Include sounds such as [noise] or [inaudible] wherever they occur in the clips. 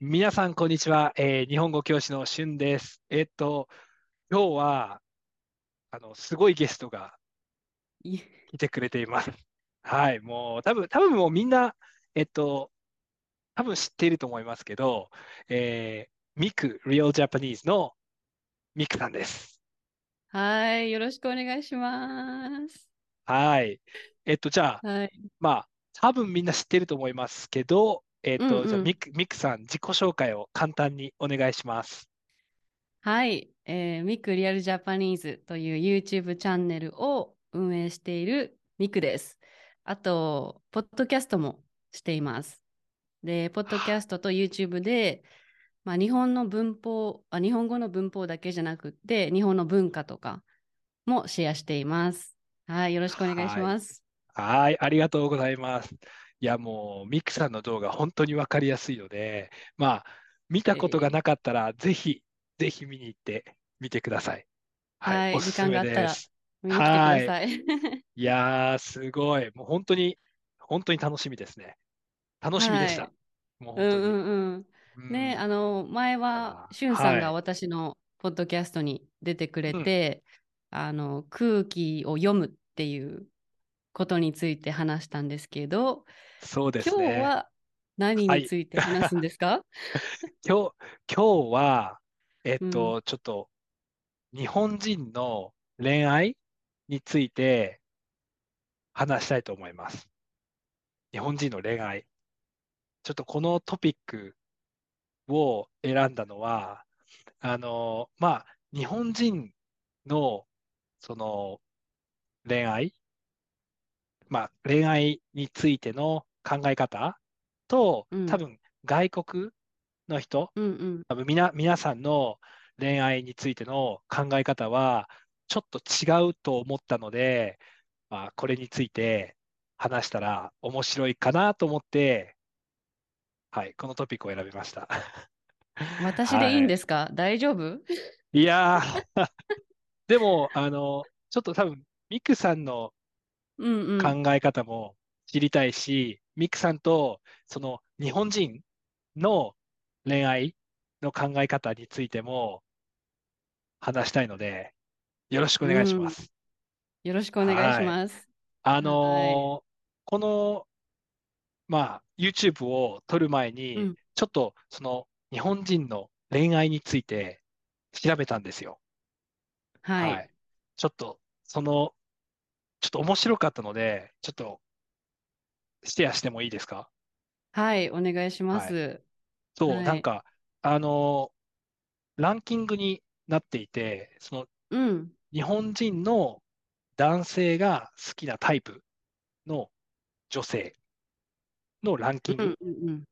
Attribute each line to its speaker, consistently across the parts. Speaker 1: 皆さん、こんにちは。えー日本語教師のしゅんです。えっと、今日は、あの、すごいゲストが
Speaker 2: いえ
Speaker 1: 来てくれています。はい、もう、多分、多分もうみんな、えっと、多分知っていると思いますけど、えー、ミク、Real Japanese のミクさんです。
Speaker 2: [laughs] はい、よろしくお願いします。
Speaker 1: はい。えっと、じゃあ、
Speaker 2: はい、
Speaker 1: まあ、多分みんな知ってると思いますけど、えっと、
Speaker 2: うん
Speaker 1: じゃあ、
Speaker 2: うん
Speaker 1: ミク、ミクさん、自己紹介を簡単にお願いします。
Speaker 2: はい、えーミクリアルジャパニーズという YouTube チャンネルを運営しているミクです。あと、ポッドキャストもしています。で、ポッドキャストと YouTube で、まあ、日本の文法あ、日本語の文法だけじゃなくって、日本の文化とかもシェアしています。はい、よろしくお願いします。
Speaker 1: はい、ありがとうございます。いや、もう、ミクさんの動画、本当にわかりやすいので、まあ、見たことがなかったら、ぜひ、ぜひ見に行ってみてください。はい、
Speaker 2: はい
Speaker 1: おす
Speaker 2: 時
Speaker 1: す
Speaker 2: 間
Speaker 1: め
Speaker 2: があったら
Speaker 1: です。
Speaker 2: 見に来てください。
Speaker 1: いやー、すごい。もう本当に、本当に楽しみですね。楽しみでした。
Speaker 2: [laughs] は
Speaker 1: もう
Speaker 2: う
Speaker 1: 本
Speaker 2: ん
Speaker 1: 当に。
Speaker 2: うんうん。ね、
Speaker 1: うん
Speaker 2: あの、前は、
Speaker 1: あー
Speaker 2: しゅんさん
Speaker 1: は
Speaker 2: が
Speaker 1: い
Speaker 2: 私のポッドキャストに出てくれて、あの、空気を読むっていうことについて話したんですけど、
Speaker 1: そうです
Speaker 2: 今日
Speaker 1: ね。
Speaker 2: は何
Speaker 1: はい
Speaker 2: について話すんですか
Speaker 1: 今日、今日は、えっ
Speaker 2: うん
Speaker 1: と、ちょっと、日本人の恋愛について話したいと思います。日本人の恋愛。ちょっとこのトピックを選んだのは、あの、まあ、日本人の、その、恋愛、まあ、恋愛についての考え方と
Speaker 2: う、ん
Speaker 1: 多分、外国の人、
Speaker 2: うんうん。
Speaker 1: 多分みな皆さんの恋愛についての考え方はちょっと違うと思ったので、まあ、これについて話したら面白いかなと思って、はい、このトピックを選びました。
Speaker 2: 私でいいん
Speaker 1: す
Speaker 2: ですか大丈夫
Speaker 1: いやー [laughs] でも、あの、ちょっと多分、ミクさんの
Speaker 2: うんうん。
Speaker 1: 考え方も知りたいし、ミクさんとその日本人の恋愛の考え方についても話したいので、よろしくお願いします。
Speaker 2: よろしくお願いします。
Speaker 1: あのーこの、まあ、YouTube を撮る前に、
Speaker 2: うん
Speaker 1: ちょっとその日本人の恋愛について調べたんですよ。
Speaker 2: はい。
Speaker 1: はい。ちょっと、その、ちょっと面白かったので、ちょっと、シェアしてもいいですか
Speaker 2: はい、お願いします。
Speaker 1: そう、
Speaker 2: はい
Speaker 1: なんか、あのーランキングになっていて、その、
Speaker 2: うん。
Speaker 1: 日本人の男性が好きなタイプの女性のランキン
Speaker 2: う
Speaker 1: グ、
Speaker 2: んうんうん。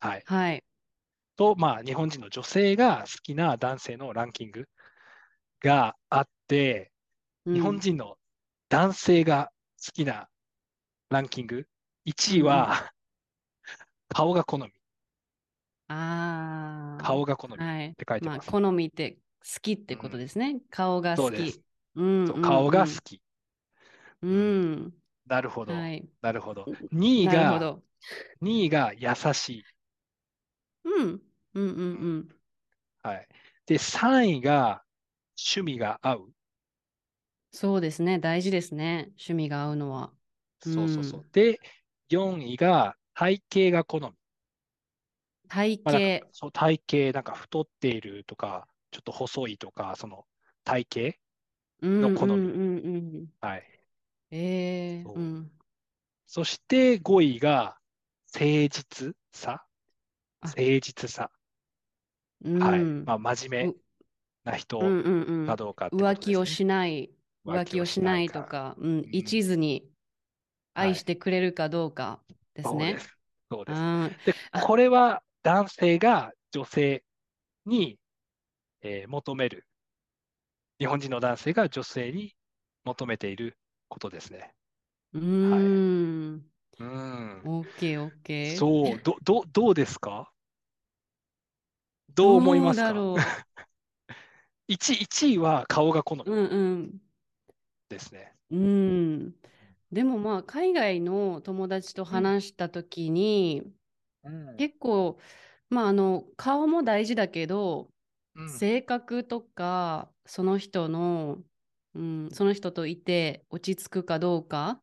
Speaker 1: はい、
Speaker 2: はい。
Speaker 1: と、まあ、日本人の女性が好きな男性のランキングがあって、日
Speaker 2: う
Speaker 1: 本
Speaker 2: ん
Speaker 1: 人の男性が好きなランキング、1位は、顔が好み、
Speaker 2: ああ。
Speaker 1: 顔が好みっ
Speaker 2: はい。
Speaker 1: て書いて
Speaker 2: まあ、
Speaker 1: ます。
Speaker 2: 好みって好きってことですね。顔が
Speaker 1: そ
Speaker 2: 好
Speaker 1: うです
Speaker 2: き。うん
Speaker 1: そう
Speaker 2: うん
Speaker 1: 顔が
Speaker 2: うん
Speaker 1: 好き。
Speaker 2: うん。
Speaker 1: なるほど、
Speaker 2: はい。
Speaker 1: なるほど。2位
Speaker 2: なるほ
Speaker 1: が、
Speaker 2: ど。
Speaker 1: 2位が優しい。
Speaker 2: うん。うんうんうん。
Speaker 1: はい。で、3位が趣味が合う。
Speaker 2: そうですね。大事ですね。趣味が合うのは。
Speaker 1: そうそうそう
Speaker 2: う。
Speaker 1: で、4位が体型が好み。
Speaker 2: 体
Speaker 1: まあ、なん
Speaker 2: 型
Speaker 1: か。そう体型、なんか太っているとか、ちょっと細いとか、その体型。
Speaker 2: うん
Speaker 1: の好み
Speaker 2: うんうんうん。
Speaker 1: はい。
Speaker 2: ええ
Speaker 1: そう
Speaker 2: うん。
Speaker 1: そして5位が誠実さ。
Speaker 2: あ
Speaker 1: 誠実さ。はい。
Speaker 2: うん
Speaker 1: まあ、真面目
Speaker 2: う
Speaker 1: な人
Speaker 2: うんうんうん
Speaker 1: かどうかってこと
Speaker 2: 浮
Speaker 1: です
Speaker 2: 気を
Speaker 1: ね
Speaker 2: しない、
Speaker 1: 浮気
Speaker 2: 浮気
Speaker 1: を
Speaker 2: を
Speaker 1: し
Speaker 2: し
Speaker 1: な
Speaker 2: ないいと
Speaker 1: か
Speaker 2: か、うん、
Speaker 1: ん
Speaker 2: 一途に
Speaker 1: はい
Speaker 2: 愛してくれるかどうかです
Speaker 1: そう
Speaker 2: ね。
Speaker 1: です。そうです。
Speaker 2: あ
Speaker 1: で、
Speaker 2: あ
Speaker 1: これは男性が女性に、えー求める。日本人の男性が女性に求めていることですね。
Speaker 2: ーうーん。
Speaker 1: うん。
Speaker 2: オッケーオッケー。
Speaker 1: そう。ど、ど、どうですかどう思います
Speaker 2: どうだ
Speaker 1: か
Speaker 2: ろ
Speaker 1: 1, 1位は顔が好み
Speaker 2: う。うん
Speaker 1: ですね。
Speaker 2: うん。うん。でもまあ、海外の友達と話したときに、
Speaker 1: うん
Speaker 2: 結構、まあ、あの、顔も大事だけど、
Speaker 1: うん。
Speaker 2: 性格とか、その人の、うん、その人といて落ち着くかどうか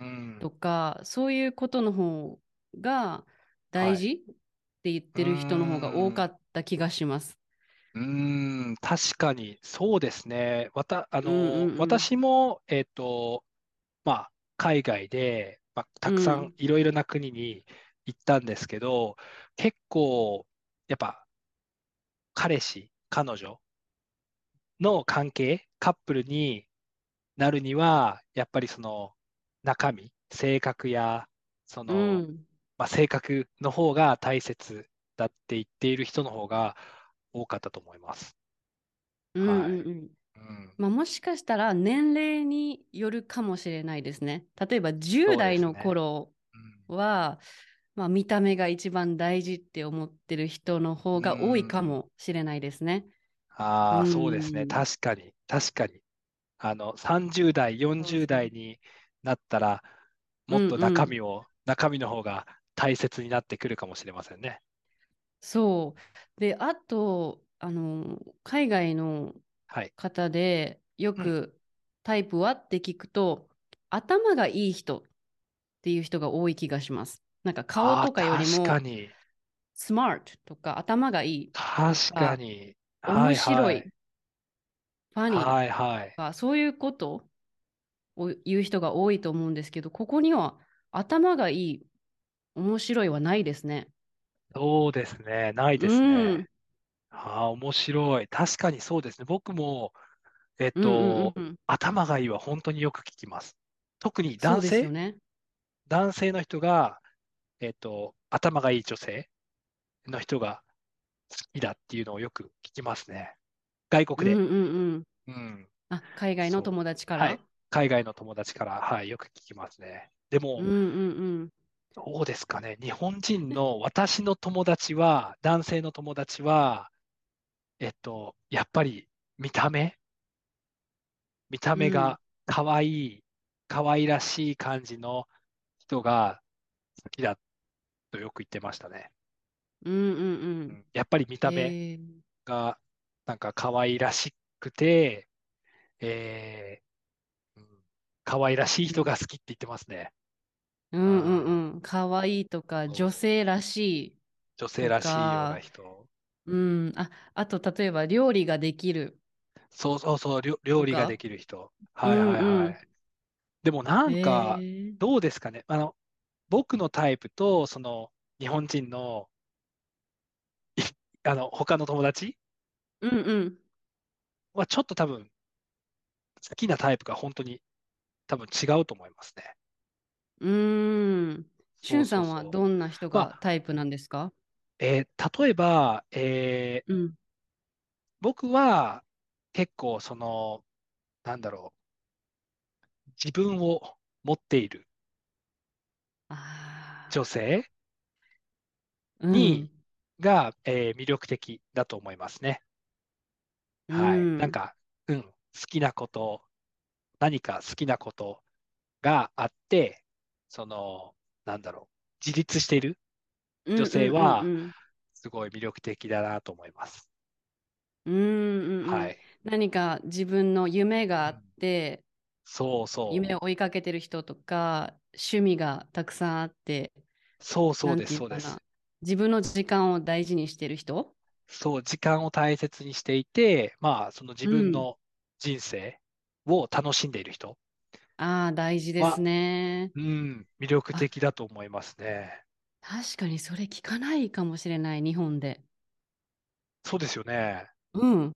Speaker 1: うん。
Speaker 2: とか、そういうことの方が
Speaker 1: は
Speaker 2: 大
Speaker 1: い。
Speaker 2: 事って言っ
Speaker 1: うー
Speaker 2: てる人の方が多か
Speaker 1: ん。
Speaker 2: った気がします。
Speaker 1: うーん。確かに、そうですね。わた、あ
Speaker 2: うんう
Speaker 1: の、
Speaker 2: ん
Speaker 1: 私も、えっと、まあ、海外で、まあ、
Speaker 2: う
Speaker 1: たくさん
Speaker 2: ん。
Speaker 1: いろいろな国に行ったんですけど、結構、やっぱ彼氏、彼女の関係、カップルになるには、やっぱりその中身、性格や、そ
Speaker 2: うん。う
Speaker 1: の、
Speaker 2: ん。
Speaker 1: まあ、性格の方が大切だって言っている人の方が多かったと思います。
Speaker 2: うん
Speaker 1: は
Speaker 2: う
Speaker 1: い。
Speaker 2: んうん。
Speaker 1: うん。
Speaker 2: まあ、もしかしたら年齢によるかもしれないですね。例えば10
Speaker 1: そうで
Speaker 2: 代
Speaker 1: す
Speaker 2: の
Speaker 1: ね。
Speaker 2: 頃
Speaker 1: うん。
Speaker 2: は、まあ、見た目が一番大事って思ってる人の
Speaker 1: う
Speaker 2: 方が多いか
Speaker 1: ん。
Speaker 2: もしれないですね。う
Speaker 1: ああ、そうですね。
Speaker 2: ん、
Speaker 1: 確かに。確かに。あの、30代、
Speaker 2: そうそ
Speaker 1: 40代
Speaker 2: う。
Speaker 1: になったら、
Speaker 2: う
Speaker 1: もっ
Speaker 2: ん
Speaker 1: と
Speaker 2: う
Speaker 1: 中
Speaker 2: ん。
Speaker 1: 身を、中身の方が大切になってくるかもしれませんね。
Speaker 2: そう。で、あと、あの、海外の
Speaker 1: はい。
Speaker 2: 方でよ
Speaker 1: うん。
Speaker 2: くタイプはって聞くと、頭がいい人っていう人が多い気がします。なんか顔
Speaker 1: ああ、
Speaker 2: とかより
Speaker 1: 確か
Speaker 2: も、
Speaker 1: に。
Speaker 2: スマートとか頭がいいと
Speaker 1: 確か
Speaker 2: か、
Speaker 1: に。は
Speaker 2: 面
Speaker 1: い
Speaker 2: 白、
Speaker 1: はいい。
Speaker 2: ファニー
Speaker 1: はいはい。
Speaker 2: とか、そういうことを言う人が多いと思うんですけど、ここには頭がいい、面白いはないですね。
Speaker 1: そうですね。ないうですね。
Speaker 2: ん、
Speaker 1: ああ、面白い。確かにそうですね。僕も、えっ
Speaker 2: うんうん
Speaker 1: と、
Speaker 2: うんうん。
Speaker 1: 頭がいいは本当によく聞きます。特に
Speaker 2: そう
Speaker 1: 男
Speaker 2: ですよ
Speaker 1: 性、
Speaker 2: ね。
Speaker 1: 男性の人が、えっと、頭がいい女性の人が好きだっていうのをよく聞きますね。外
Speaker 2: う
Speaker 1: 国
Speaker 2: ん
Speaker 1: で。
Speaker 2: うんうん。
Speaker 1: うん。
Speaker 2: あ、海外の
Speaker 1: そう。
Speaker 2: 友達か
Speaker 1: はい。
Speaker 2: ら
Speaker 1: 海外の友達から、はい、よく聞きますね。で
Speaker 2: うん
Speaker 1: も、
Speaker 2: うんうん。
Speaker 1: どうですかね。日本人の私の友達は、
Speaker 2: [laughs]
Speaker 1: 男性の友達は、えっと、やっぱり見た目、見た
Speaker 2: う
Speaker 1: 目
Speaker 2: ん。
Speaker 1: が可愛い、可愛らしい感じの人が好きだとよく言ってましたね。
Speaker 2: うんうんう。
Speaker 1: うんん、やっぱり見た目
Speaker 2: へえ。
Speaker 1: がなんか可愛らしくて、えー、うん、可愛らしいう人
Speaker 2: ん
Speaker 1: が好きって言ってますね。
Speaker 2: うんう
Speaker 1: あ
Speaker 2: んうん。かわいいとか、女
Speaker 1: そう、
Speaker 2: 性らしい
Speaker 1: 女性
Speaker 2: と
Speaker 1: らしいような
Speaker 2: か、
Speaker 1: 人。
Speaker 2: うん。あ、あと、例えば料理ができる
Speaker 1: そうそうそう、りょ料
Speaker 2: と
Speaker 1: 理がで
Speaker 2: か。
Speaker 1: きる人。
Speaker 2: う
Speaker 1: はいはい
Speaker 2: んう
Speaker 1: は
Speaker 2: ん。
Speaker 1: い。でもなんか、
Speaker 2: へえ。
Speaker 1: どうですかね。あの、僕のタイプと、その、日本人の、いあの、他の友達
Speaker 2: うんうん。
Speaker 1: はちょっと多分、好きなタイプが本当に多分違うと思いますね。
Speaker 2: うーん。しゅ
Speaker 1: そうん
Speaker 2: さ
Speaker 1: そうん
Speaker 2: は
Speaker 1: そ
Speaker 2: どんな人
Speaker 1: う。ま
Speaker 2: が
Speaker 1: あ、
Speaker 2: タイプなんですか
Speaker 1: えー例えば、えー
Speaker 2: うん。
Speaker 1: 僕は結構その、なんだろう、自分を持っている
Speaker 2: あ
Speaker 1: 女性
Speaker 2: あ。う
Speaker 1: に、
Speaker 2: ん。
Speaker 1: が、えー魅力的だと思いますね。
Speaker 2: う
Speaker 1: はい。なん
Speaker 2: ん。
Speaker 1: か、うん、好きなこと、何か好きなことがあって、その、なんだろう、自立している
Speaker 2: うん
Speaker 1: 女
Speaker 2: うん
Speaker 1: 性
Speaker 2: うん
Speaker 1: は、
Speaker 2: うん。
Speaker 1: すごい魅力的だなと思います。
Speaker 2: うんうんう
Speaker 1: は
Speaker 2: ん。
Speaker 1: い。
Speaker 2: 何か自分の夢
Speaker 1: う
Speaker 2: があっ
Speaker 1: ん、
Speaker 2: て、
Speaker 1: そうそ
Speaker 2: 夢を追いかけてる人とか、趣味がたくさんあって、
Speaker 1: う。そうそ
Speaker 2: な
Speaker 1: うんで
Speaker 2: て
Speaker 1: す、
Speaker 2: いう
Speaker 1: そう
Speaker 2: か
Speaker 1: で
Speaker 2: な。
Speaker 1: す。
Speaker 2: 自分の時間を大事にしてる人
Speaker 1: そう、時間を大切にしていて、まあ、その自
Speaker 2: う
Speaker 1: 分
Speaker 2: ん。
Speaker 1: の人生を楽しんでいる人
Speaker 2: ああ、大事です
Speaker 1: は、
Speaker 2: ね。
Speaker 1: うん、魅力
Speaker 2: あ、
Speaker 1: 的だと思いますね。
Speaker 2: 確かにそれ聞かないかもしれない、日本で。
Speaker 1: そうですよね。
Speaker 2: うん。うん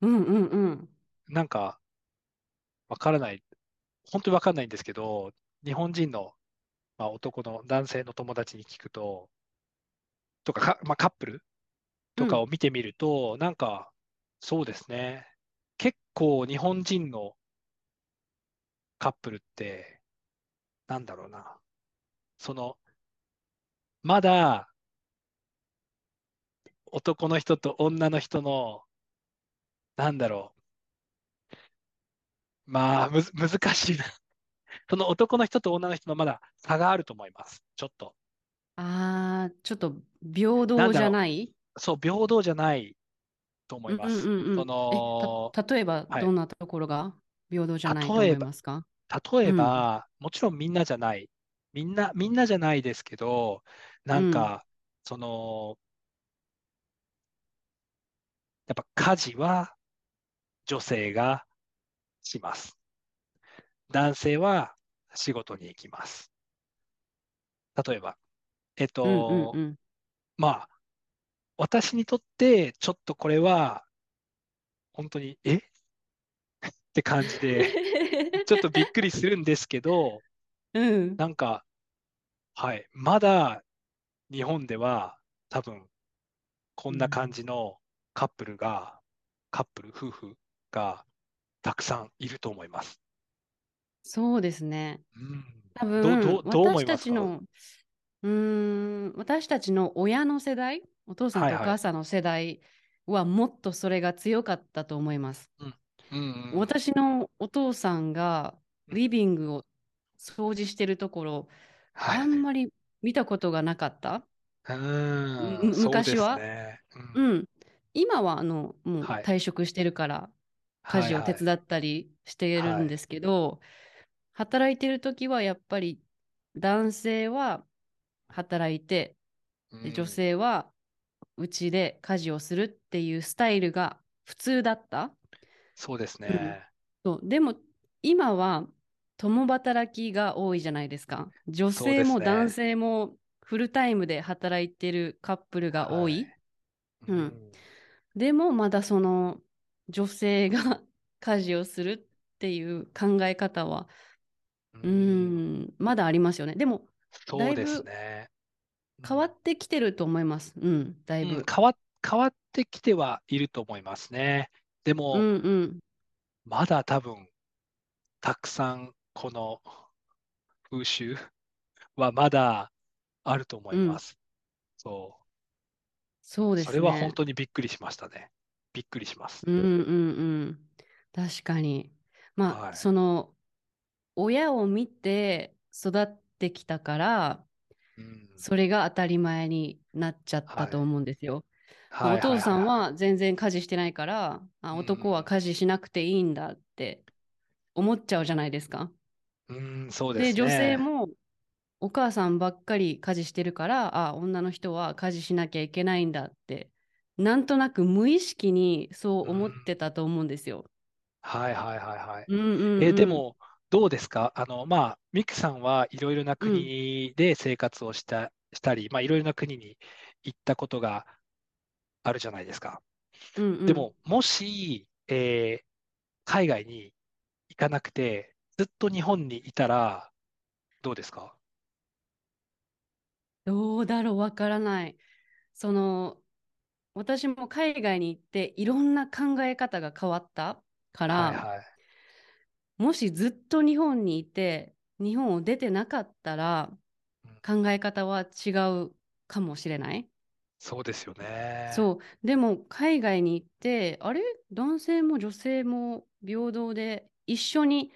Speaker 2: うんうん。
Speaker 1: なんか、わからない、本当にわかんないんですけど、日本人の、まあ、男の男性の友達に聞くと、とか、か、まあ、カップル
Speaker 2: う
Speaker 1: とかを
Speaker 2: ん。
Speaker 1: 見てみると、なんか、そうですね。結構日本人のカップルって、なんだろうな。その、まだ男の人と女の人の、なんだろう。まあ、むず、 [laughs] 難しいな。その男の人と女の人のまだ差があると思います。ちょっと。
Speaker 2: ああ、ちょっと平
Speaker 1: な
Speaker 2: 等
Speaker 1: んだ
Speaker 2: じゃ
Speaker 1: ろ
Speaker 2: ない。
Speaker 1: う。そう、平等じゃないと思
Speaker 2: う
Speaker 1: い
Speaker 2: んう
Speaker 1: ま
Speaker 2: ん
Speaker 1: す。
Speaker 2: うんう
Speaker 1: そ
Speaker 2: ん。え、
Speaker 1: の、
Speaker 2: た、例えば
Speaker 1: は
Speaker 2: ど
Speaker 1: い。
Speaker 2: んなところが平等じゃないと
Speaker 1: 例
Speaker 2: 思
Speaker 1: え
Speaker 2: い
Speaker 1: ば、
Speaker 2: ますか
Speaker 1: 例え
Speaker 2: うん、
Speaker 1: ば、もちろんみんなじゃない。みんな、みんなじゃないですけど、な
Speaker 2: うんん、
Speaker 1: か、その、やっぱ家事は女性がします。男性は仕事に行きます。例えば、えっ
Speaker 2: うん、うん、
Speaker 1: と、
Speaker 2: うん。
Speaker 1: まあ、私にとってちょっとこれは本当に、えって感じで、 [laughs] ちょっとびっくりするんですけど、 [laughs]
Speaker 2: うん。
Speaker 1: なんか、はい、まだ日本では多分こ
Speaker 2: うん
Speaker 1: なん感じのカップルが、カップル、夫婦がたくさんいると思います。
Speaker 2: そうですね。
Speaker 1: うん。
Speaker 2: 多
Speaker 1: どう、ど
Speaker 2: 分、
Speaker 1: う、どう思
Speaker 2: 私
Speaker 1: いま
Speaker 2: た
Speaker 1: す
Speaker 2: ち
Speaker 1: か
Speaker 2: の、うーん、私たちの親の世代、お父さん
Speaker 1: はい
Speaker 2: とお
Speaker 1: は
Speaker 2: 母
Speaker 1: い。
Speaker 2: さんの世代はもっとそれが強かったと思います。
Speaker 1: うん。うんうん
Speaker 2: 私のお父さんが
Speaker 1: うん。
Speaker 2: リビングを掃除してるところ、
Speaker 1: は
Speaker 2: あ
Speaker 1: い。
Speaker 2: んまり見たことがなかった。
Speaker 1: う
Speaker 2: む
Speaker 1: ーん、
Speaker 2: む
Speaker 1: そうで
Speaker 2: 昔
Speaker 1: す
Speaker 2: は。
Speaker 1: ね。うん。
Speaker 2: うん。今はあの、もう
Speaker 1: はい。
Speaker 2: 退職してるから、家
Speaker 1: はい
Speaker 2: 事を手
Speaker 1: はい。
Speaker 2: 伝ったりしてる
Speaker 1: は
Speaker 2: ん
Speaker 1: い。
Speaker 2: ですけど、働いてる時はやっぱり男性は働いて、
Speaker 1: う
Speaker 2: で女
Speaker 1: ん。
Speaker 2: 性はうちで家事をするっていうスタイルが普通だった。
Speaker 1: そうです
Speaker 2: うん。
Speaker 1: ね。
Speaker 2: そう。でも今は共働きが多いじゃないですか。女
Speaker 1: そう
Speaker 2: 性
Speaker 1: です
Speaker 2: も男
Speaker 1: ね。
Speaker 2: 性もフルタイムで働いてるカップルが多。
Speaker 1: はいい。う
Speaker 2: うん。
Speaker 1: ん。
Speaker 2: でもまだその女性が [laughs] 家事をするっていう考え方は、
Speaker 1: う。
Speaker 2: うんん、まだありますよね。でも、だ
Speaker 1: そう
Speaker 2: い
Speaker 1: です
Speaker 2: ぶ
Speaker 1: ね。う
Speaker 2: 変わ
Speaker 1: ん。
Speaker 2: ってきてると思います。うん、だい
Speaker 1: うん、
Speaker 2: ぶ。
Speaker 1: 変わ、変わってきてはいると思いますね。で
Speaker 2: う
Speaker 1: も、
Speaker 2: んうん。
Speaker 1: まだ多分、たくさん、この風習はまだあると思
Speaker 2: う
Speaker 1: いま
Speaker 2: ん。
Speaker 1: す。そう。
Speaker 2: そうで
Speaker 1: それ
Speaker 2: す
Speaker 1: は本
Speaker 2: ね。
Speaker 1: 当にびっくりしましたね。びっくりします。
Speaker 2: うんうんうん。確かに。まあ、
Speaker 1: はい。
Speaker 2: その、親を見て育ってきたから、
Speaker 1: うん。
Speaker 2: それが当たり前になっちゃった
Speaker 1: は
Speaker 2: と
Speaker 1: い。
Speaker 2: 思うんですよ。まあ、
Speaker 1: は
Speaker 2: お
Speaker 1: いは
Speaker 2: 父
Speaker 1: いは
Speaker 2: さ
Speaker 1: い
Speaker 2: ん
Speaker 1: はい。
Speaker 2: は全然家事してないから、あ、
Speaker 1: う
Speaker 2: 男は
Speaker 1: ん。
Speaker 2: 家事しなくていいんだって思っちゃうじゃないですか。
Speaker 1: うん、そうで
Speaker 2: で、
Speaker 1: す
Speaker 2: 女性
Speaker 1: ね。
Speaker 2: もお母さんばっかり家事してるから、あ、女の人は家事しなきゃいけないんだって、なんとなく無意識にそうう思っ
Speaker 1: ん。
Speaker 2: てたと思うんですよ。
Speaker 1: はいはいはいはい。
Speaker 2: うんう
Speaker 1: えーで
Speaker 2: んうん。
Speaker 1: も、どうですかあの、まあ、ミクさんはいろいろな
Speaker 2: うん。
Speaker 1: 国で生活をした、したり、まあ、いろいろな国に行ったことがあるじゃないですか。
Speaker 2: うんう
Speaker 1: で
Speaker 2: ん。
Speaker 1: も、もし、えー海外に行かなくて、ずっと日本にいたら、どうですか
Speaker 2: どうだろう、わからない。その、私も海外に行っていろんな考え方が変わった
Speaker 1: は
Speaker 2: か
Speaker 1: い
Speaker 2: ら、
Speaker 1: はい。
Speaker 2: もしずっと日本にいて、日本を出てなかったら、
Speaker 1: うん
Speaker 2: 考え方は違うかもしれない。
Speaker 1: そうですよね。
Speaker 2: そう。でも、海外に行って、あれ男性も女性も平等で、一緒に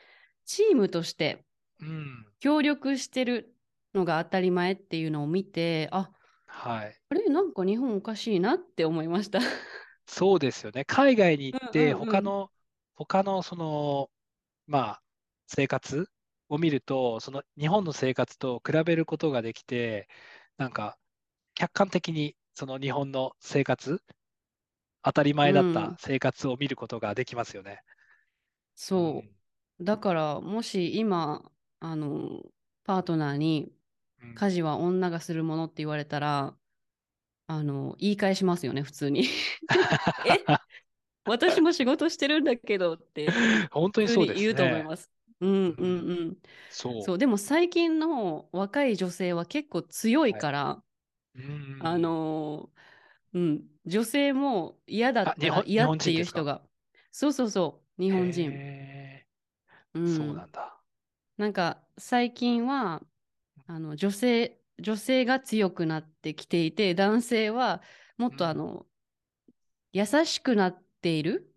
Speaker 2: チームとして
Speaker 1: うん。
Speaker 2: 協力してるのが当たり前っていうのを見て、あ、
Speaker 1: はい。
Speaker 2: あれなんか日本おかしいなって思いました。 [laughs]
Speaker 1: そうですよね。海外に行っ
Speaker 2: う
Speaker 1: て、
Speaker 2: んうん
Speaker 1: 他
Speaker 2: うん。
Speaker 1: の、他の、その、まあ、生活を見ると、その日本の生活と比べることができて、なんか客観的にその日本の生活、当たり
Speaker 2: う
Speaker 1: 前だった
Speaker 2: ん、
Speaker 1: 生活を見ることができますよね。う
Speaker 2: そ
Speaker 1: ん、
Speaker 2: う。だから、もし今、あの、パートナーに、
Speaker 1: うん、
Speaker 2: 家事は女がするものって言われたら、あの、言い返しますよね、普通に。 [laughs]
Speaker 1: [laughs]
Speaker 2: え、私も仕事してるんだけどって、
Speaker 1: 本当
Speaker 2: 普
Speaker 1: に
Speaker 2: 通
Speaker 1: そう
Speaker 2: に
Speaker 1: で
Speaker 2: 言
Speaker 1: す
Speaker 2: うと思い
Speaker 1: ね。
Speaker 2: ます。うん
Speaker 1: う
Speaker 2: うん
Speaker 1: ん、
Speaker 2: うん。
Speaker 1: そ
Speaker 2: そう、でも最近の若い女性は結構強
Speaker 1: う。
Speaker 2: い
Speaker 1: はい。
Speaker 2: から、
Speaker 1: う
Speaker 2: あ
Speaker 1: ん、
Speaker 2: のーうん、女性も嫌だ
Speaker 1: あ、
Speaker 2: っ
Speaker 1: 日
Speaker 2: たら
Speaker 1: 本、日
Speaker 2: 嫌
Speaker 1: 本
Speaker 2: って
Speaker 1: 人
Speaker 2: い
Speaker 1: で
Speaker 2: う
Speaker 1: す
Speaker 2: 人
Speaker 1: か
Speaker 2: が、そうそうそう、日
Speaker 1: へ
Speaker 2: 本人。
Speaker 1: え、
Speaker 2: う。
Speaker 1: そうなんんだ。
Speaker 2: なんか最近は、あの女性、女性が強くなってきていて、男性はも
Speaker 1: う
Speaker 2: っとあ
Speaker 1: ん、
Speaker 2: の優しくなっている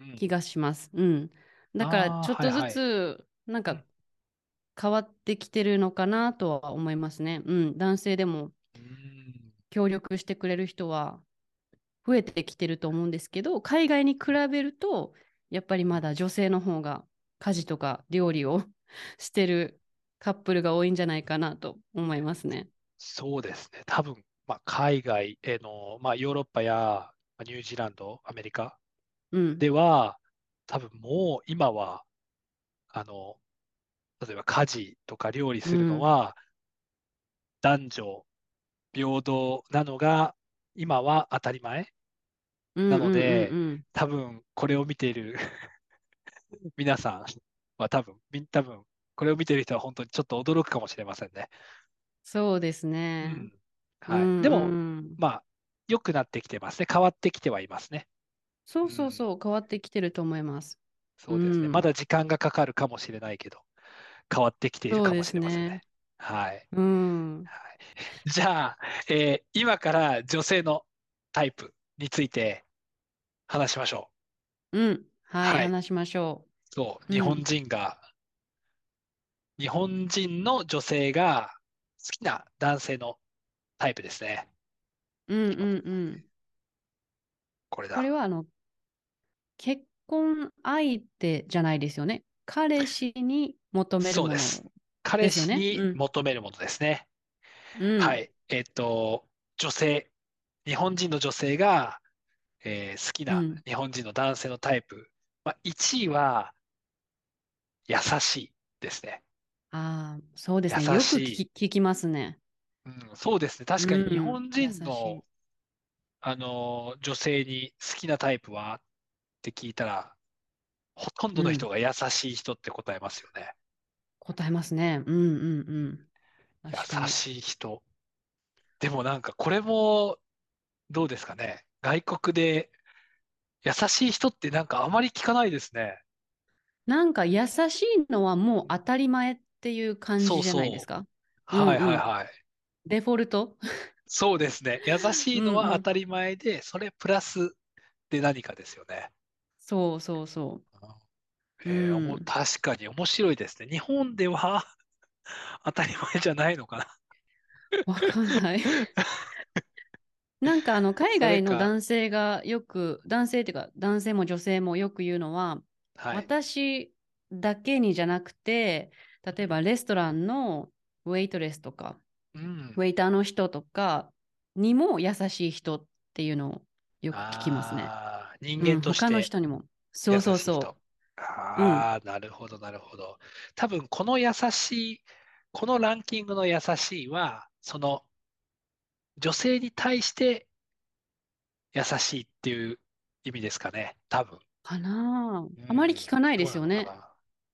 Speaker 1: うん。
Speaker 2: 気がします。うん。だから
Speaker 1: ああ、
Speaker 2: ちょっ
Speaker 1: はい
Speaker 2: とず
Speaker 1: はい。
Speaker 2: つなん
Speaker 1: う
Speaker 2: か
Speaker 1: ん、
Speaker 2: 変わってきてるのかなとは思いますね。うん。男性でも
Speaker 1: うん。
Speaker 2: 協力してくれる人は増えてきてると思うんですけど、海外に比べると、やっぱりまだ女性の方が家事とか料理を [laughs] してるカップルが多いんじゃないかなと思いますね。
Speaker 1: そうですね。多分、まあ、海外への、まあ、ヨーロッパやまあニュージーランド、アメリカ
Speaker 2: うん。
Speaker 1: では、多分もう今は、あの、例えば家事とか料理
Speaker 2: う
Speaker 1: するの
Speaker 2: ん。
Speaker 1: は男女平等なのが今は当たり前
Speaker 2: うん
Speaker 1: な
Speaker 2: う
Speaker 1: の
Speaker 2: んうん
Speaker 1: で、
Speaker 2: うん。
Speaker 1: 多分これを見ている [laughs] 皆さんは多分、みん多分これを見ている人は本当にちょっと驚くかもしれませんね。
Speaker 2: そうです
Speaker 1: う
Speaker 2: ね。
Speaker 1: ん。
Speaker 2: う
Speaker 1: はい。でも、
Speaker 2: んうん。
Speaker 1: まあ、良くなってきてますね。変わってきてはいますね。。
Speaker 2: そううそうんそう、変わってきてると思います。
Speaker 1: そううですね。ま
Speaker 2: ん。
Speaker 1: だ時間がかかるかもしれないけど、変わってきている
Speaker 2: そう
Speaker 1: かも
Speaker 2: で
Speaker 1: し
Speaker 2: す
Speaker 1: れません
Speaker 2: ね。
Speaker 1: ね。はい。 [laughs]
Speaker 2: うん。
Speaker 1: はい、じゃあ、えー今から女性のタイプについて話しましょう。
Speaker 2: うん。はい、
Speaker 1: はい。
Speaker 2: 話しましょ
Speaker 1: そう、
Speaker 2: う。
Speaker 1: 日
Speaker 2: う
Speaker 1: 本
Speaker 2: ん。
Speaker 1: 人が、日本人の女性が好きな男性のタイプですね。
Speaker 2: うん
Speaker 1: ちょっと
Speaker 2: うんうん。
Speaker 1: これ
Speaker 2: これ
Speaker 1: だ。
Speaker 2: は、あの、結婚相手じゃないですよね。彼氏に求める
Speaker 1: そう
Speaker 2: も
Speaker 1: で
Speaker 2: の
Speaker 1: す。彼
Speaker 2: ですよ
Speaker 1: 氏
Speaker 2: ね。
Speaker 1: に
Speaker 2: うん。
Speaker 1: 求めるものですね。
Speaker 2: う
Speaker 1: は
Speaker 2: ん。
Speaker 1: い。えっと、女性、日本人の女性が、えー好き
Speaker 2: う。
Speaker 1: なん日本人の男性のタイプ。まあ、1位は優しいですね。
Speaker 2: ああ、そうですね。
Speaker 1: 優
Speaker 2: よく聞
Speaker 1: しい。
Speaker 2: き、聞きますね。
Speaker 1: うん、そうですね。確
Speaker 2: う
Speaker 1: かに日
Speaker 2: ん。
Speaker 1: 本
Speaker 2: 優
Speaker 1: 人
Speaker 2: しい。
Speaker 1: の、あのー女性に好きなタイプはって聞いたら、ほとん
Speaker 2: う
Speaker 1: どの人
Speaker 2: ん。
Speaker 1: が優しい人って答えますよね。
Speaker 2: 答えますね。うんうんうん。
Speaker 1: 優
Speaker 2: 確かに。
Speaker 1: しい人。でもなんかこれもどうですかね。外国で優しい人ってなんかあまり聞かないですね。
Speaker 2: なんか優しいのはもう当たり前っていう感
Speaker 1: そ
Speaker 2: じ
Speaker 1: う
Speaker 2: じゃないです
Speaker 1: そう。
Speaker 2: か。う
Speaker 1: はい
Speaker 2: んう
Speaker 1: はい
Speaker 2: ん。
Speaker 1: はい。
Speaker 2: デフォルト。 [laughs]
Speaker 1: そうですね。優し
Speaker 2: う
Speaker 1: いの
Speaker 2: ん
Speaker 1: は
Speaker 2: う
Speaker 1: 当
Speaker 2: ん。
Speaker 1: たり前で、それプラスで何かですよね。
Speaker 2: そうそうそ
Speaker 1: あ
Speaker 2: う。
Speaker 1: えーおも
Speaker 2: うん。
Speaker 1: 確かに面白いですね。日本では [laughs] 当たり前じゃないのかな。
Speaker 2: わかん
Speaker 1: [laughs]
Speaker 2: ない。なんかあの海
Speaker 1: それ
Speaker 2: 外の
Speaker 1: か。
Speaker 2: 男性がよく、男性っていうか男性も女性もよく言うのは、
Speaker 1: はい。
Speaker 2: 私だけにじゃなくて、
Speaker 1: う
Speaker 2: 例え
Speaker 1: ん。
Speaker 2: ばレストランのウェイトレスとか、
Speaker 1: う
Speaker 2: ウ
Speaker 1: ん
Speaker 2: ェイターの人とかにも優しい人っていうのをよく聞きますね。
Speaker 1: ああ、人
Speaker 2: う
Speaker 1: 間
Speaker 2: ん、
Speaker 1: とし
Speaker 2: 他の
Speaker 1: て
Speaker 2: 人にも。そ
Speaker 1: 優
Speaker 2: うそう
Speaker 1: しい
Speaker 2: そ
Speaker 1: 人。
Speaker 2: う。うん。
Speaker 1: ああ、なるほど、なるほど。多分、この優しい、このランキングの優しいは、その女性に対して優しいっていう意味ですかね。多分。
Speaker 2: かな
Speaker 1: う
Speaker 2: あ。あまり
Speaker 1: ん。
Speaker 2: 聞かないで
Speaker 1: どう
Speaker 2: す
Speaker 1: な
Speaker 2: よ
Speaker 1: のか
Speaker 2: ね。
Speaker 1: な。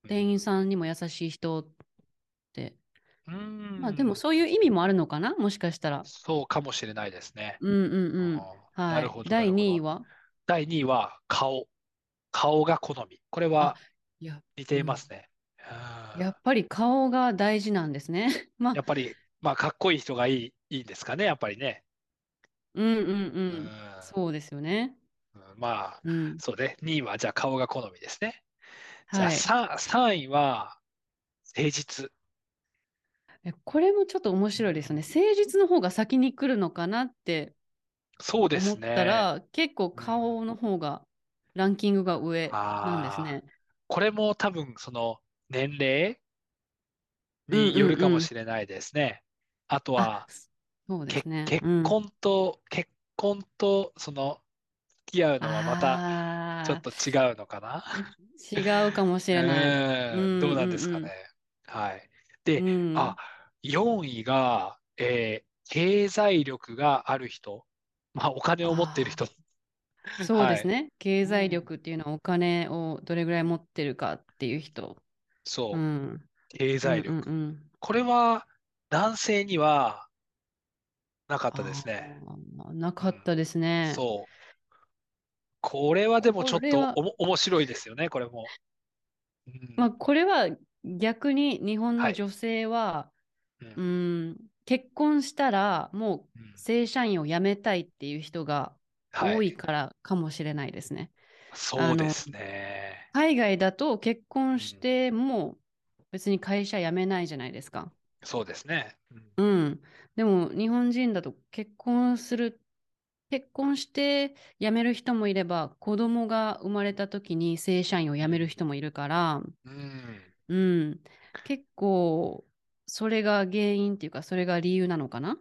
Speaker 1: う
Speaker 2: 店員
Speaker 1: ん。
Speaker 2: さんにも優しい人って。
Speaker 1: う
Speaker 2: まあでも
Speaker 1: ん。
Speaker 2: そういう意味もあるのかなもしかしたら。
Speaker 1: そうかもしれないですね。
Speaker 2: うんうん
Speaker 1: あ
Speaker 2: うん。
Speaker 1: あ、な
Speaker 2: は
Speaker 1: る
Speaker 2: い。
Speaker 1: ほど、な
Speaker 2: 第
Speaker 1: るほ
Speaker 2: 2位
Speaker 1: ど。
Speaker 2: は
Speaker 1: 第2位は顔。顔が好み。これ
Speaker 2: あ、
Speaker 1: はい
Speaker 2: や、
Speaker 1: 似
Speaker 2: う
Speaker 1: ていま
Speaker 2: ん。
Speaker 1: すね。うん
Speaker 2: やっぱり顔が大事なんですね。 [laughs] ま
Speaker 1: や
Speaker 2: あ、
Speaker 1: っぱり、まあ、かっこいい人がいい、いいんですかね、やっぱりね。
Speaker 2: うんうんう。
Speaker 1: うん
Speaker 2: そうですよね。
Speaker 1: ん。うんまあ、
Speaker 2: うん。
Speaker 1: そうね。2位は、じゃあ顔が好みですね。じゃあ
Speaker 2: はい。
Speaker 1: 3、三位は、誠実。
Speaker 2: えこれもちょっと面
Speaker 1: う
Speaker 2: 白いですよね。
Speaker 1: ん。
Speaker 2: 誠実の方が先に来るのかなって
Speaker 1: そうで
Speaker 2: 思
Speaker 1: す
Speaker 2: った
Speaker 1: ね。
Speaker 2: ら、結
Speaker 1: う
Speaker 2: 構
Speaker 1: ん。
Speaker 2: 顔の方がランキングが上なんです
Speaker 1: ああ、
Speaker 2: ね。
Speaker 1: これも多分、その、年齢
Speaker 2: うん
Speaker 1: による
Speaker 2: うん
Speaker 1: かも
Speaker 2: うん。
Speaker 1: しれないですね。あと
Speaker 2: あ、
Speaker 1: は、
Speaker 2: そそうです
Speaker 1: け
Speaker 2: ね。
Speaker 1: 結
Speaker 2: うん。
Speaker 1: 婚と、結婚と、その、付き合うのはまた、ちょっ
Speaker 2: あ
Speaker 1: と違うのかな。
Speaker 2: ー、
Speaker 1: [laughs]
Speaker 2: 違うかもしれない。う
Speaker 1: うーん、どうんな
Speaker 2: うん
Speaker 1: ですかね。
Speaker 2: ん
Speaker 1: はい。
Speaker 2: う
Speaker 1: で、
Speaker 2: ん。う
Speaker 1: あ、
Speaker 2: ん。
Speaker 1: 4位が、えー経済力がある人。まあ、お金を持っている
Speaker 2: あ
Speaker 1: 人。
Speaker 2: あ、そう
Speaker 1: は
Speaker 2: です
Speaker 1: い。
Speaker 2: ね。経
Speaker 1: う
Speaker 2: 済
Speaker 1: ん。
Speaker 2: 力っていうのはお金をどれぐらい持ってるかっていう人。う
Speaker 1: そ
Speaker 2: ん。
Speaker 1: う、経
Speaker 2: うん
Speaker 1: 済
Speaker 2: うん
Speaker 1: 力。
Speaker 2: うん。
Speaker 1: これは、男性にはなかったです
Speaker 2: あ
Speaker 1: ね。
Speaker 2: あ、な
Speaker 1: う
Speaker 2: かっ
Speaker 1: ん。
Speaker 2: たですね。
Speaker 1: そう。これはでもちょ
Speaker 2: こ
Speaker 1: っ
Speaker 2: れ
Speaker 1: と
Speaker 2: は、
Speaker 1: おも面白いですよね、これも。う
Speaker 2: ま
Speaker 1: ん。
Speaker 2: あ、これは逆に日本
Speaker 1: は
Speaker 2: の
Speaker 1: い。
Speaker 2: 女性は、
Speaker 1: うん。
Speaker 2: うん、結婚したらも
Speaker 1: う。
Speaker 2: うん正社員を辞めたいっていう人が
Speaker 1: は
Speaker 2: 多
Speaker 1: い。
Speaker 2: いからかもしれないですね。あ
Speaker 1: そうで
Speaker 2: の、
Speaker 1: すね。
Speaker 2: 海外だと結
Speaker 1: う
Speaker 2: 婚し
Speaker 1: ん。
Speaker 2: ても別に会社辞めないじゃないですか。
Speaker 1: そうですね。うん
Speaker 2: うん。でも日本人だと結婚する、結婚して辞める人もいれば、子供が生まれた時に正社員を辞める人もいるから、
Speaker 1: うん
Speaker 2: うん。結構、それが原因っていうか、それが理由なのかな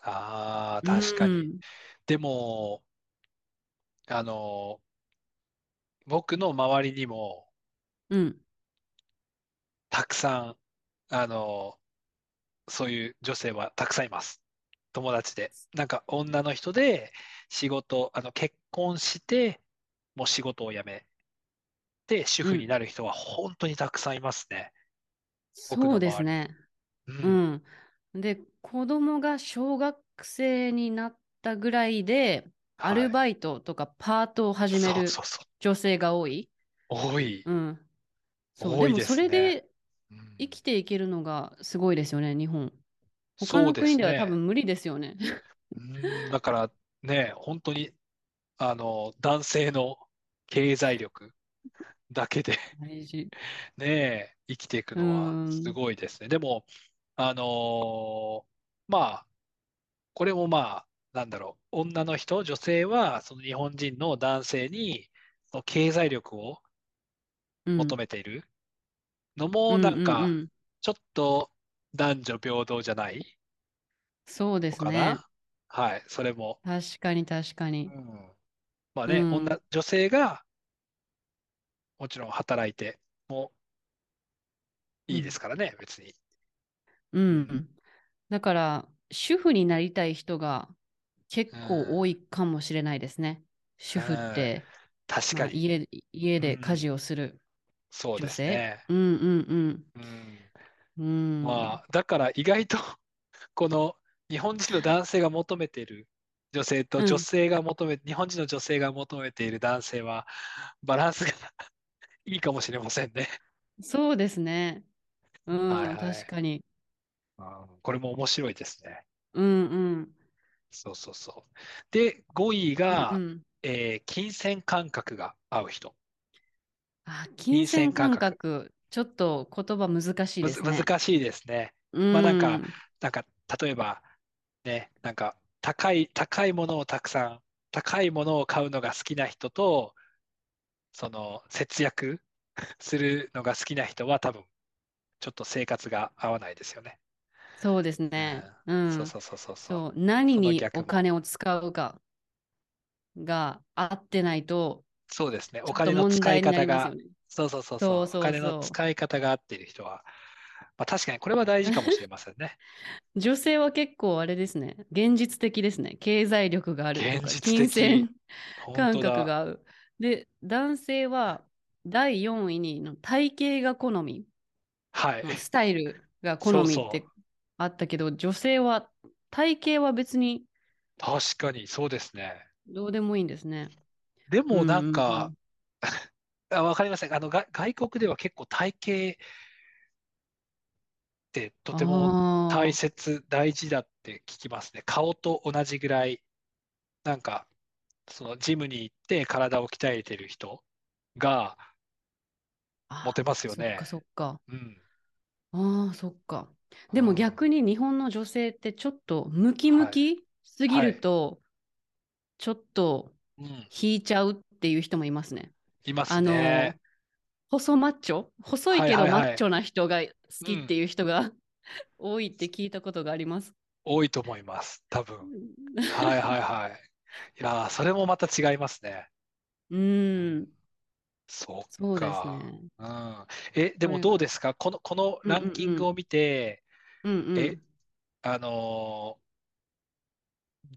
Speaker 1: ああ、
Speaker 2: う
Speaker 1: 確かに。
Speaker 2: ん。
Speaker 1: でも、あの、僕の周りにも、
Speaker 2: うん。
Speaker 1: たくさん、あの、そういう女性はたくさんいます。友達で。なんか女の人で仕事、あの結婚して、もう仕事を辞めて主
Speaker 2: う
Speaker 1: 婦に
Speaker 2: ん。
Speaker 1: なる人は本当にたくさんいますね。僕
Speaker 2: そ
Speaker 1: の
Speaker 2: うです
Speaker 1: 周り。
Speaker 2: ね。
Speaker 1: う。
Speaker 2: うんん。で、子供が小学生になったぐらいで、ア
Speaker 1: は
Speaker 2: ル
Speaker 1: い。
Speaker 2: バイトとかパートを始め
Speaker 1: そう
Speaker 2: る
Speaker 1: そうそう。
Speaker 2: 女性が多い。
Speaker 1: 多い。
Speaker 2: うん。そう。
Speaker 1: 多
Speaker 2: で
Speaker 1: い
Speaker 2: も
Speaker 1: で
Speaker 2: そ
Speaker 1: すね。
Speaker 2: れで
Speaker 1: うん。
Speaker 2: 生きていけるのがすごいですよね、日本。他
Speaker 1: そう
Speaker 2: の
Speaker 1: で
Speaker 2: 国
Speaker 1: す
Speaker 2: では多
Speaker 1: ね。
Speaker 2: 分無理ですよ
Speaker 1: [laughs]
Speaker 2: ね。
Speaker 1: うん。だからね、本当に、あの、男性の経済力だけで [laughs]
Speaker 2: 大事。
Speaker 1: ね、生きていく
Speaker 2: う
Speaker 1: のは
Speaker 2: ー
Speaker 1: す
Speaker 2: ん。
Speaker 1: ごいですね。でも、あのーまあ、これもまあ、なんだろう、女の人、女性は、その日本人の男性に、その経済力を
Speaker 2: う
Speaker 1: 求
Speaker 2: ん。
Speaker 1: めているの
Speaker 2: う
Speaker 1: も、
Speaker 2: ん
Speaker 1: なん
Speaker 2: うんう
Speaker 1: か、
Speaker 2: ん。
Speaker 1: ちょっと男女平等じゃない
Speaker 2: そうで
Speaker 1: の
Speaker 2: す
Speaker 1: か
Speaker 2: ね。
Speaker 1: なはい、それも。
Speaker 2: 確かに確か
Speaker 1: う
Speaker 2: に。
Speaker 1: ん。まあ
Speaker 2: う
Speaker 1: ね、女、
Speaker 2: ん。
Speaker 1: 女性がもちろん働いても
Speaker 2: う
Speaker 1: いいです
Speaker 2: ん。
Speaker 1: からね、別に。
Speaker 2: う
Speaker 1: うん。
Speaker 2: ん。だから、主婦になりたい人が結
Speaker 1: うん。
Speaker 2: 構多いかもしれないですね。
Speaker 1: う
Speaker 2: 主婦っ
Speaker 1: ん。
Speaker 2: て、
Speaker 1: 確
Speaker 2: ま
Speaker 1: か
Speaker 2: あ、
Speaker 1: に。
Speaker 2: 家、家
Speaker 1: う
Speaker 2: で家
Speaker 1: ん。
Speaker 2: 事をする
Speaker 1: そう
Speaker 2: 女
Speaker 1: です
Speaker 2: 性。
Speaker 1: ね。
Speaker 2: うんうん
Speaker 1: うん。
Speaker 2: うん。う
Speaker 1: ま
Speaker 2: ん。
Speaker 1: あ、だから意外と [laughs] この日本人の男性が求めている女性と
Speaker 2: う
Speaker 1: 女
Speaker 2: ん。
Speaker 1: 性が求め、日本人の女性が求めている男性は、バランスが [laughs] いいかもしれませんね。
Speaker 2: そうですね。
Speaker 1: はい
Speaker 2: うん、
Speaker 1: は
Speaker 2: 確
Speaker 1: い。
Speaker 2: かに。
Speaker 1: うんこれも面白いですね。
Speaker 2: うんうん。
Speaker 1: そうそうそう。で、5位
Speaker 2: うんう
Speaker 1: が、
Speaker 2: ん。
Speaker 1: えー金銭感覚が合う人。
Speaker 2: あ、
Speaker 1: 金
Speaker 2: 金
Speaker 1: 銭
Speaker 2: 銭
Speaker 1: 感
Speaker 2: 感
Speaker 1: 覚。
Speaker 2: 覚、ちょっと言葉難しい
Speaker 1: む
Speaker 2: で
Speaker 1: ず、
Speaker 2: すね。
Speaker 1: 難しいですね。
Speaker 2: う
Speaker 1: まあなんか、
Speaker 2: ん。
Speaker 1: なんか、例えば、ね、なんか、高い、高いものをたくさん、高いものを買うのが好きな人と、その節約するのが好きな人は多分ちょっと生活が合わないですよね。
Speaker 2: そうです
Speaker 1: うん、
Speaker 2: ね。う。
Speaker 1: そうんそうそうそうそう。
Speaker 2: そう。何
Speaker 1: その
Speaker 2: に
Speaker 1: 逆
Speaker 2: お
Speaker 1: も。
Speaker 2: 金を使うかが合ってないと、
Speaker 1: そうですね。お
Speaker 2: ちょっと
Speaker 1: 金の
Speaker 2: 問
Speaker 1: 使い
Speaker 2: 題にな
Speaker 1: 方
Speaker 2: りますよ
Speaker 1: が、
Speaker 2: ね。
Speaker 1: そうそうそうそう。
Speaker 2: そう
Speaker 1: お
Speaker 2: そう
Speaker 1: 金の
Speaker 2: そ
Speaker 1: 使い方が合っている人は、まあ確かにこれは大事かもしれませんね。
Speaker 2: う。女性は結構あれですね。現実的ですね。経済力があると
Speaker 1: 現
Speaker 2: か、
Speaker 1: 実
Speaker 2: 金
Speaker 1: 的。
Speaker 2: 銭
Speaker 1: 本
Speaker 2: [laughs] 感
Speaker 1: 当
Speaker 2: 覚
Speaker 1: だ。
Speaker 2: が合う。で、男性は第4位にの体型が好み、
Speaker 1: はい。
Speaker 2: まあスタイルが好
Speaker 1: そう
Speaker 2: みっ
Speaker 1: そ
Speaker 2: て
Speaker 1: う。
Speaker 2: あったけど、女性は体型は別に
Speaker 1: 確かにそうですね。
Speaker 2: どうでもいいんですね。
Speaker 1: で
Speaker 2: う
Speaker 1: もなん
Speaker 2: んう
Speaker 1: か、
Speaker 2: ん
Speaker 1: あ、わかりません。あの、が外国では結構体型ってと
Speaker 2: う
Speaker 1: ても大
Speaker 2: ん。ああ、
Speaker 1: 切、大事だって聞きますね。顔と同じぐらい、なんか、そのジムに行って体を鍛えてる人がモテ
Speaker 2: ああ、
Speaker 1: ますよ
Speaker 2: そっか
Speaker 1: ね。
Speaker 2: そっか。
Speaker 1: うん。
Speaker 2: ああ、そっか。
Speaker 1: う
Speaker 2: でも
Speaker 1: ん。
Speaker 2: 逆に日本の女性ってちょっとムキム
Speaker 1: はい。
Speaker 2: キすぎ
Speaker 1: は
Speaker 2: る
Speaker 1: い。
Speaker 2: と、ちょっと
Speaker 1: うん。
Speaker 2: 引いちゃうっていう人もいますね。
Speaker 1: いま
Speaker 2: あ
Speaker 1: すね。
Speaker 2: の、細マッチョ細い
Speaker 1: はい
Speaker 2: け
Speaker 1: は
Speaker 2: ど
Speaker 1: い
Speaker 2: マッ
Speaker 1: は
Speaker 2: チ
Speaker 1: い。
Speaker 2: ョな人が好
Speaker 1: う
Speaker 2: きって
Speaker 1: ん。
Speaker 2: いう人が [laughs] 多いって聞いたことがあります。
Speaker 1: 多いと思います。多分。
Speaker 2: う
Speaker 1: はい
Speaker 2: ん。
Speaker 1: はいはい。いやー、それもまた違いますね。
Speaker 2: う
Speaker 1: うん。
Speaker 2: ん
Speaker 1: そっ
Speaker 2: そうです
Speaker 1: か。
Speaker 2: ね。
Speaker 1: うん。え、で
Speaker 2: こ
Speaker 1: も
Speaker 2: れ、
Speaker 1: どうですかこの、この
Speaker 2: うん
Speaker 1: ラ
Speaker 2: う
Speaker 1: ンキングを
Speaker 2: ん
Speaker 1: 見て、
Speaker 2: うん。うんう
Speaker 1: え、
Speaker 2: ん。
Speaker 1: あのー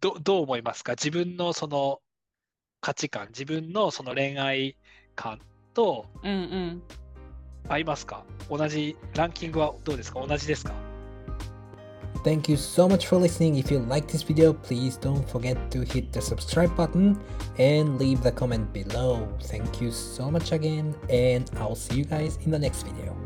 Speaker 1: ど、どう思いますか自分のその価値観、自分のその恋愛観と
Speaker 2: うんうん。
Speaker 1: 合いますか同じ、ランキングはどうですか同じですか
Speaker 3: Thank you so much for listening. If you like this video, please don't forget to hit the subscribe button and leave the comment below. Thank you so much again, and I'll see you guys in the next video.